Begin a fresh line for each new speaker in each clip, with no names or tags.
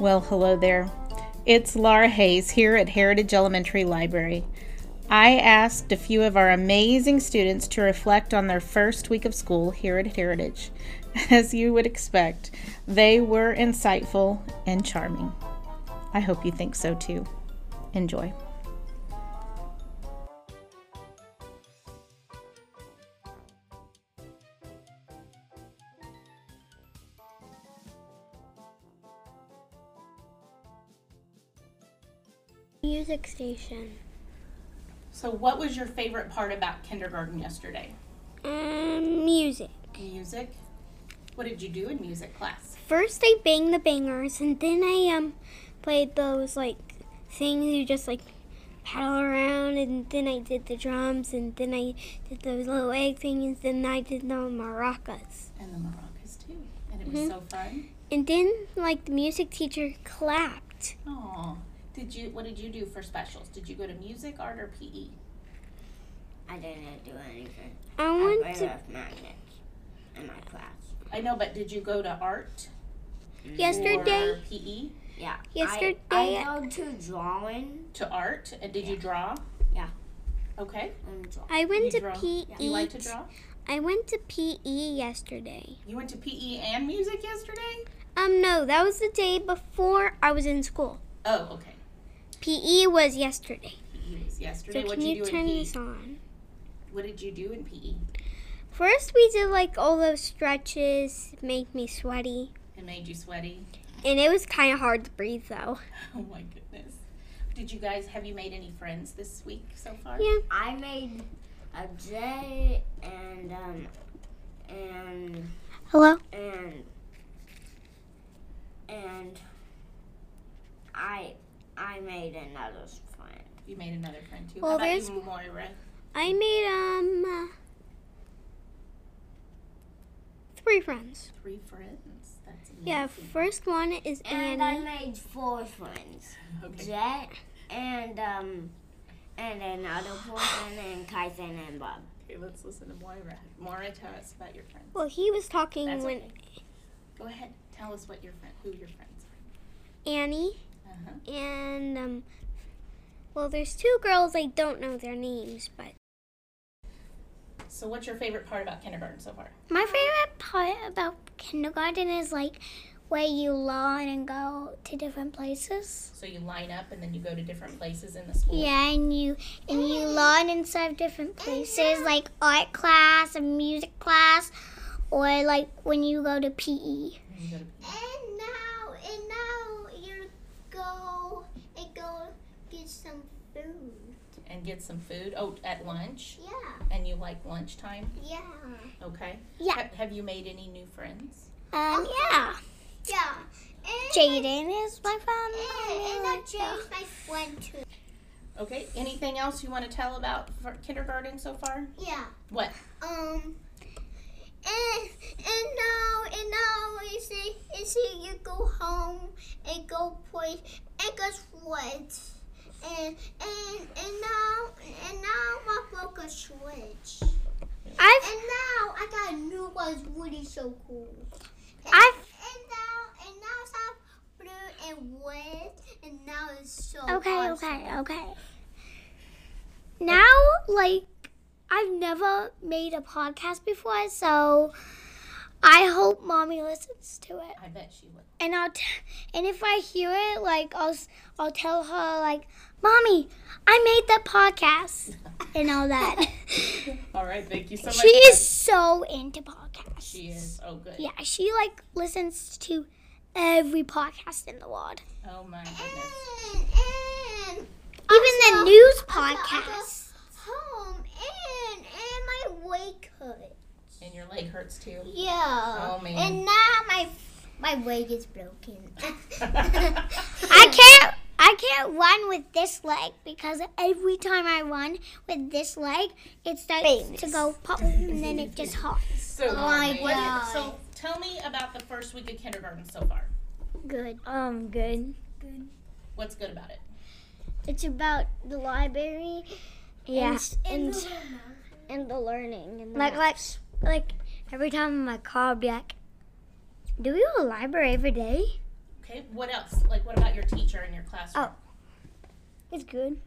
Well, hello there. It's Laura Hayes here at Heritage Elementary Library. I asked a few of our amazing students to reflect on their first week of school here at Heritage. As you would expect, they were insightful and charming. I hope you think so too. Enjoy.
Music station.
So, what was your favorite part about kindergarten yesterday?
Um, music.
Music. What did you do in music class?
First, I banged the bangers, and then I um played those like things you just like paddle around, and then I did the drums, and then I did those little egg things, and then I did the maracas.
And the maracas too. And it was so fun.
And then like the music teacher clapped.
Aw. Did you? What did you do for specials? Did you go to music, art, or E? PE?
I didn't do anything.
I
I
want
played
to.
with magnets in my class.
I know, but did you go to art
Yesterday,
or E? PE
Yeah. I-
Yesterday-
I, go to drawing
to art? And did you draw?
Yeah.
Okay.
and draw.
I went
You
to E.
draw.
PE.
Do you like to draw?
I went to PE yesterday.
You went to PE and music yesterday?
Um, no, that was the day before I was in school.
Oh, okay.
PE was yesterday.
PE was yesterday.
So
what
can
did you,
you
do
turn
in PE?
these on?
What did you do in E? PE?
First, we did like all those stretches, make me sweaty,
It made you sweaty.
and it was kind of hard to breathe though.
Oh my goodness. Did you guys have you made any friends this week so far?
Yeah.
I made a J and um and
Hello.
and and I I made another friend.
You made another friend too.
Well,
How about
there's-
you, Moira?
I made um uh, three friends.
Three friends. That's amazing.
Yeah. First one is
And I
Annie.
made four friends.
Okay.
Jet and um and another person and Kyson and Bob.
Okay, let's listen to Moira. Moira, tell us about your friends.
Well, he was talking
That's
when
okay. Go ahead. Tell us what your friend, who your friends are.
Annie
Uh-huh.
and um. Well, there's two girls I don't know their names, but
So, what's your favorite part about kindergarten so far?
My favorite part about kindergarten is like where you learn and go to different places.
So you line up and then you go to different places in the school.
Yeah, and you and you learn inside of different places like art class and music class or like when you go to E. PE.
You go to-
And now, and now you go and go get some food.
And get some food. Oh, at lunch.
Yeah,
And you like lunchtime?
yeah,
Okay.
Yeah.
Have, have you made any new friends?
Um, yeah.
yeah. And
Jaden is my
I,
friend.
and, and I changed my friend too.
Okay. Anything else you want to tell about for kindergarten so far?
Yeah.
What?
Um. And and now and now you see you see you go home and go play and guess what? And and and now and now my broke a switch.
I've
And now I got a new one's really so cool. And,
I've-
and now and now it's all blue and red and now it's so
okay,
awesome.
okay, okay. Now, like, I've never made a podcast before, so I hope mommy listens to it.
I bet she would.
And I'll t- and if I hear it, like, I'll s- I'll tell her like, mommy, I made that podcast and all that.
All right. Thank you so much.
she is so into podcasts.
She is. Oh, good.
Yeah, she like listens to every podcast in the world,
Oh my goodness.
And and
even the
Also-
news
I go- I go
podcasts.
home and and my wake hood.
And your leg hurts too.
Yeah.
Oh, man.
And now my my wig is broken.
I can't I can't run with this leg because every time I run with this leg, it starts to go pop and then it just hops.
so, oh
my God.
so tell me about the first week of kindergarten so far.
Good.
Um, good.
What's good about it?
It's about the library. Yeah. And and, the learning. And the like like like every time in my car, I'll be like, "Do we go to the library every day?"
Okay, Okay. What else? Like, what about your teacher in your classroom?
It's good.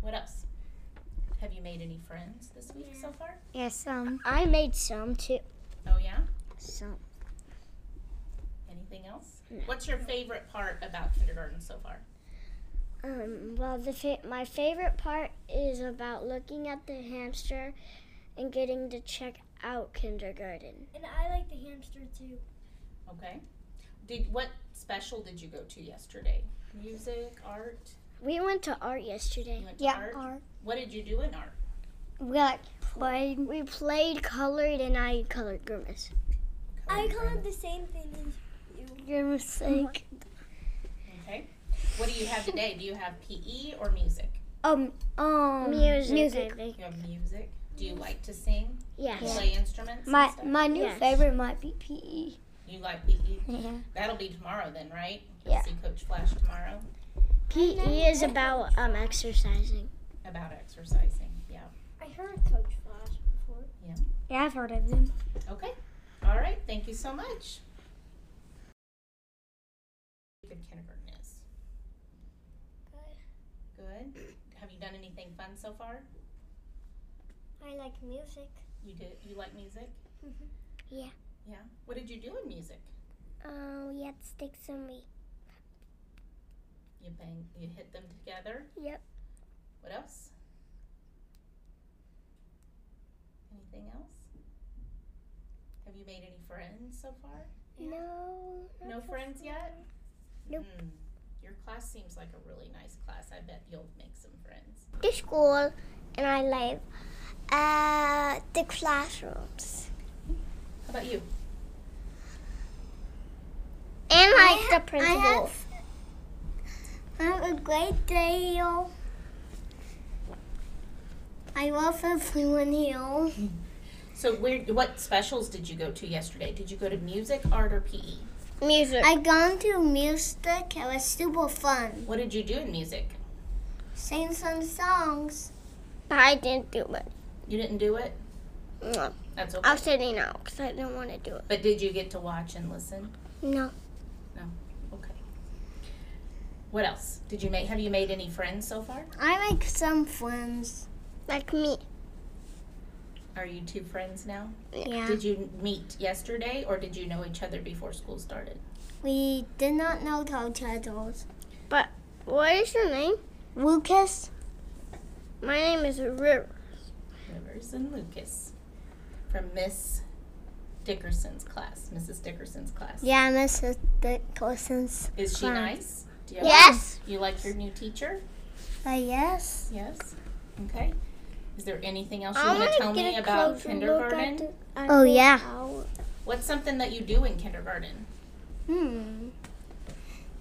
What else? Have you made any friends this week so far?
Yes. Um. I made some too.
Oh yeah.
Some.
Anything else? What's your favorite part about kindergarten so far?
Um. Well, the fa- my favorite part is about looking at the hamster, and getting to check out kindergarten.
And I like the hamster too.
Okay. Did what special did you go to yesterday? Music, art.
We went to art yesterday.
You went to art? What did you do in art?
We like played. We played colored, and I colored grimace.
I colored the same thing as
Grimace like
Okay. What do you have today? Do you have PE or music?
um um music. I think.
You have music. Do you like to sing?
Yes.
Play instruments? and
My
stuff?
my new
Yes.
favorite might be
E.
PE.
You like PE?
Yeah.
That'll be tomorrow then, right?
Yeah.
See Coach Flash tomorrow
PE is about um exercising.
about exercising. Yeah.
I heard Coach Flash before.
Yeah, I've heard of them.
Okay. All right. Thank you so much. Good kindergarten is. Good. Good. Have you done anything fun so far?
I like music.
You did. You like music?
Mhm.
Yeah.
Yeah. What did you do in music?
Oh, we had sticks and we
You bang. You hit them together.
Yep.
What else? Anything else? Have you made any friends so far?
no.
No friends yet? Nope. Your class seems like a really nice class. I bet you'll make some friends.
The school and I live uh the classrooms
How about you?
and like the
I
principal.
have, I have a great deal. I love everyone here.
So where what specials did you go to yesterday? Did you go to music, art, or E? PE?
Music.
I gone to music. It was super fun.
What did you do in music?
Sing some songs.
I didn't do much.
You didn't do it?
No.
That's okay.
I'm sitting out because I didn't want to do it.
But did you get to watch and listen?
No.
Okay. What else? Did you make have you made any friends so far?
I make some friends.
Like me.
Are you two friends now?
Yeah.
Did you meet yesterday or did you know each other before school started?
We did not know each other's.
What is your name?
Lucas,
My name is River.
Rivers and Lucas from Miss Dickerson's class, Mrs. Dickerson's class.
yeah, Mrs. Dickerson's.
Is she nice? Do you have-
Yes.
You like your new teacher?
Uh, yes.
Yes. Okay. Is there anything else you
I
want
wanna
to tell
get
me
a
about
closer look at
kindergarten?
Oh yeah.
What's something that you do in kindergarten?
Hmm.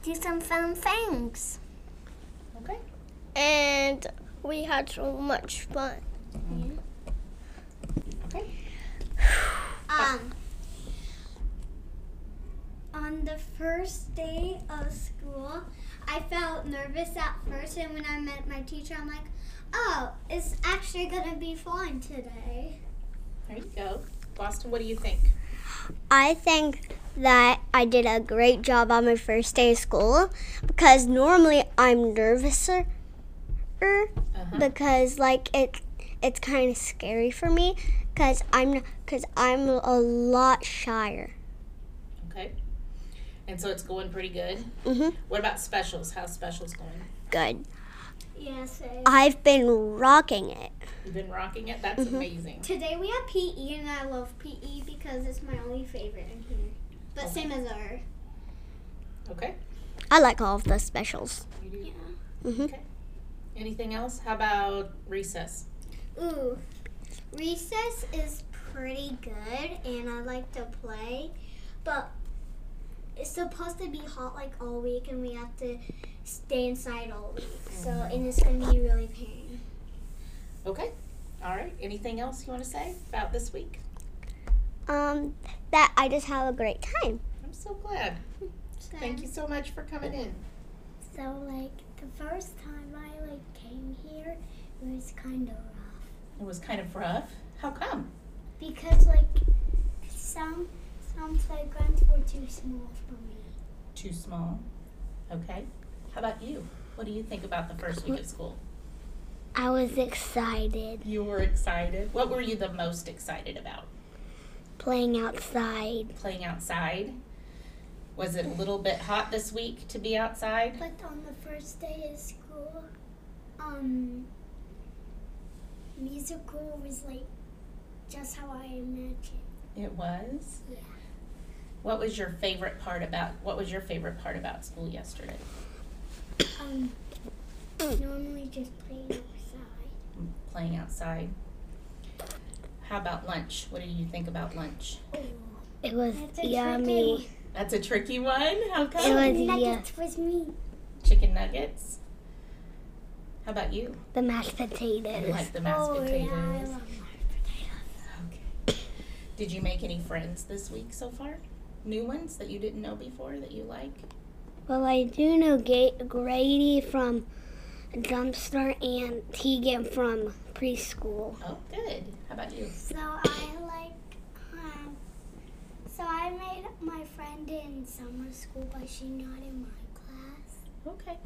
Do some fun things.
Okay.
And we had so much fun.
Um.
On the first day of school, I felt nervous at first, and when I met my teacher, I'm like, oh, it's actually gonna be fun today.
There you go. Boston, what do you think?
I think that I did a great job on my first day of school Oh, because normally I'm nervouser
Uh-huh.
because like it it's kind of scary for me because I'm because I'm a lot shyer.
Okay. And so it's going pretty good.
Mhm.
What about specials? How's specials going?
Good.
Yes.
I've been rocking it.
You've been rocking it. That's amazing.
Today we have PE, and I love PE because it's my only favorite in here. But same as our.
Okay.
I like all of the specials.
You do.
Mhm.
Okay. Anything else? How about recess?
Ooh, recess is pretty good, and I like to play, but it's supposed to be hot like all week, and we have to stay inside all week. So, and it's gonna be really pain.
Okay. All right. Anything else you want to say about this week?
Um, that I just have a great time.
I'm so glad. Thank you so much for coming in.
So, like the first time I like came here, it was kind of rough
It was kind of rough. How come?
because like some Some playgrounds were too small for me.
Too small. Okay. How about you? What do you think about the first week of school?
I was excited
You were excited. What were you the most excited about?
playing outside.
Playing outside? Was it a little bit hot this week to be outside?
But on the first day of school, um, musical was like just how I imagined.
It was.
Yeah.
What was your favorite part about what was your favorite part about school yesterday?
Um, normally just playing outside.
Playing outside. How about lunch? What do you think about lunch?
It was
That's a tricky
yummy.
That's a tricky one. How come?
It was yeah,
Nuggets was me.
Chicken nuggets. How about you?
the mashed
You
potatoes.
like the mashed
oh
potatoes.
yeah, I love
Okay. Did you make any friends this week so far? New ones that you didn't know before that you like?
Well, I do know Ga- Grady from Dumpster and Tegan from preschool.
Oh, good. How about you?
So I like, um, so I made my friend in summer school, but she's not in my class.
Okay.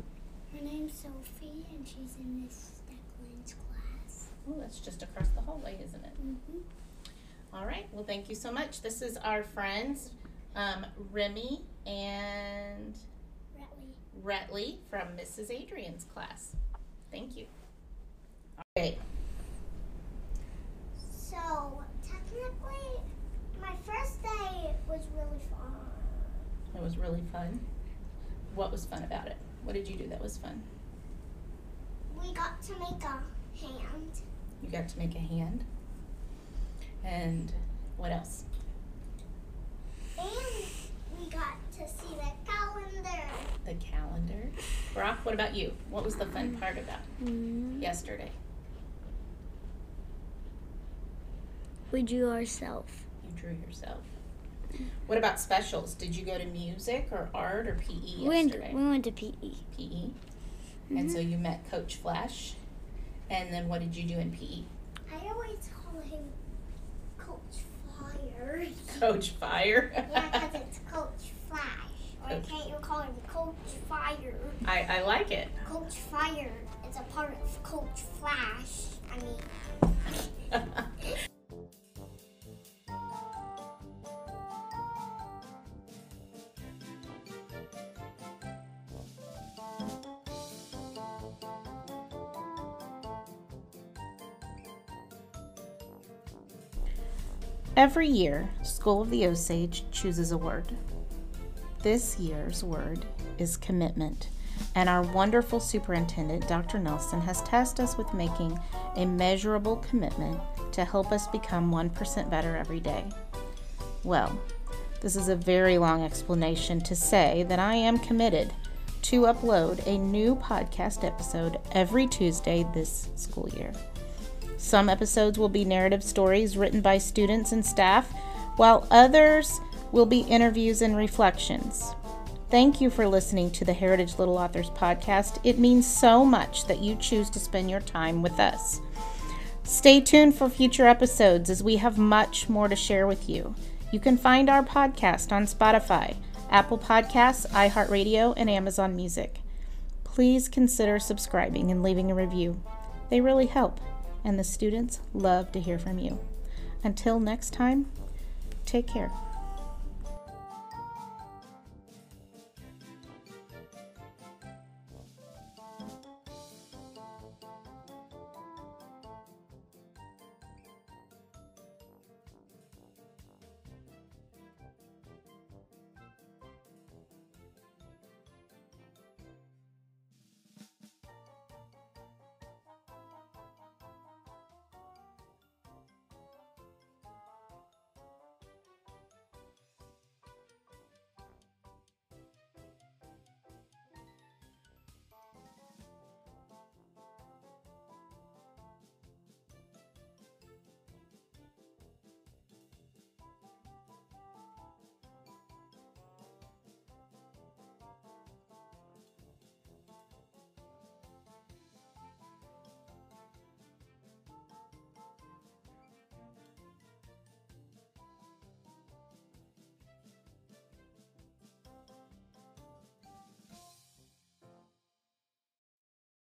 Her name's Sophie, and she's in Miss Declan's class.
Oh, that's just across the hallway, isn't it?
Mm-hmm.
All right. Well, thank you so much. This is our friends, um, Remy and
Ratley.
Retley from Mrs. Adrian's class. Thank you. Okay.
So technically, my first day was really fun.
It was really fun. What was fun about it? What did you do that was fun?
We got to make a hand.
You got to make a hand. And what else?
And we got to see the calendar.
The calendar. Brock, what about you? What was the fun part about
Mm-hmm.
yesterday?
We drew ourselves.
You drew yourself. What about specials? Did you go to music or art or PE
We went,
yesterday?
we went to E. PE.
PE. And so you met Coach Flash. And then what did you do in E? PE?
I always call him Coach Fire.
Coach Fire.
Yeah, 'cause it's Coach Flash. Or
Coach.
can't you call him Coach Fire?
I, I like it.
Coach Fire is a part of Coach Flash. I mean,
Every year, School of the Osage chooses a word. This year's word is commitment, and our wonderful superintendent, Dr. Nelson, has tasked us with making a measurable commitment to help us become 1% better every day. Well, this is a very long explanation to say that I am committed to upload a new podcast episode every Tuesday this school year. Some episodes will be narrative stories written by students and staff, while others will be interviews and reflections. Thank you for listening to the Heritage Little Authors podcast. It means so much that you choose to spend your time with us. Stay tuned for future episodes as we have much more to share with you. You can find our podcast on Spotify, Apple Podcasts, iHeartRadio, and Amazon Music please consider subscribing and leaving a review. They really help, and the students love to hear from you. Until next time, take care.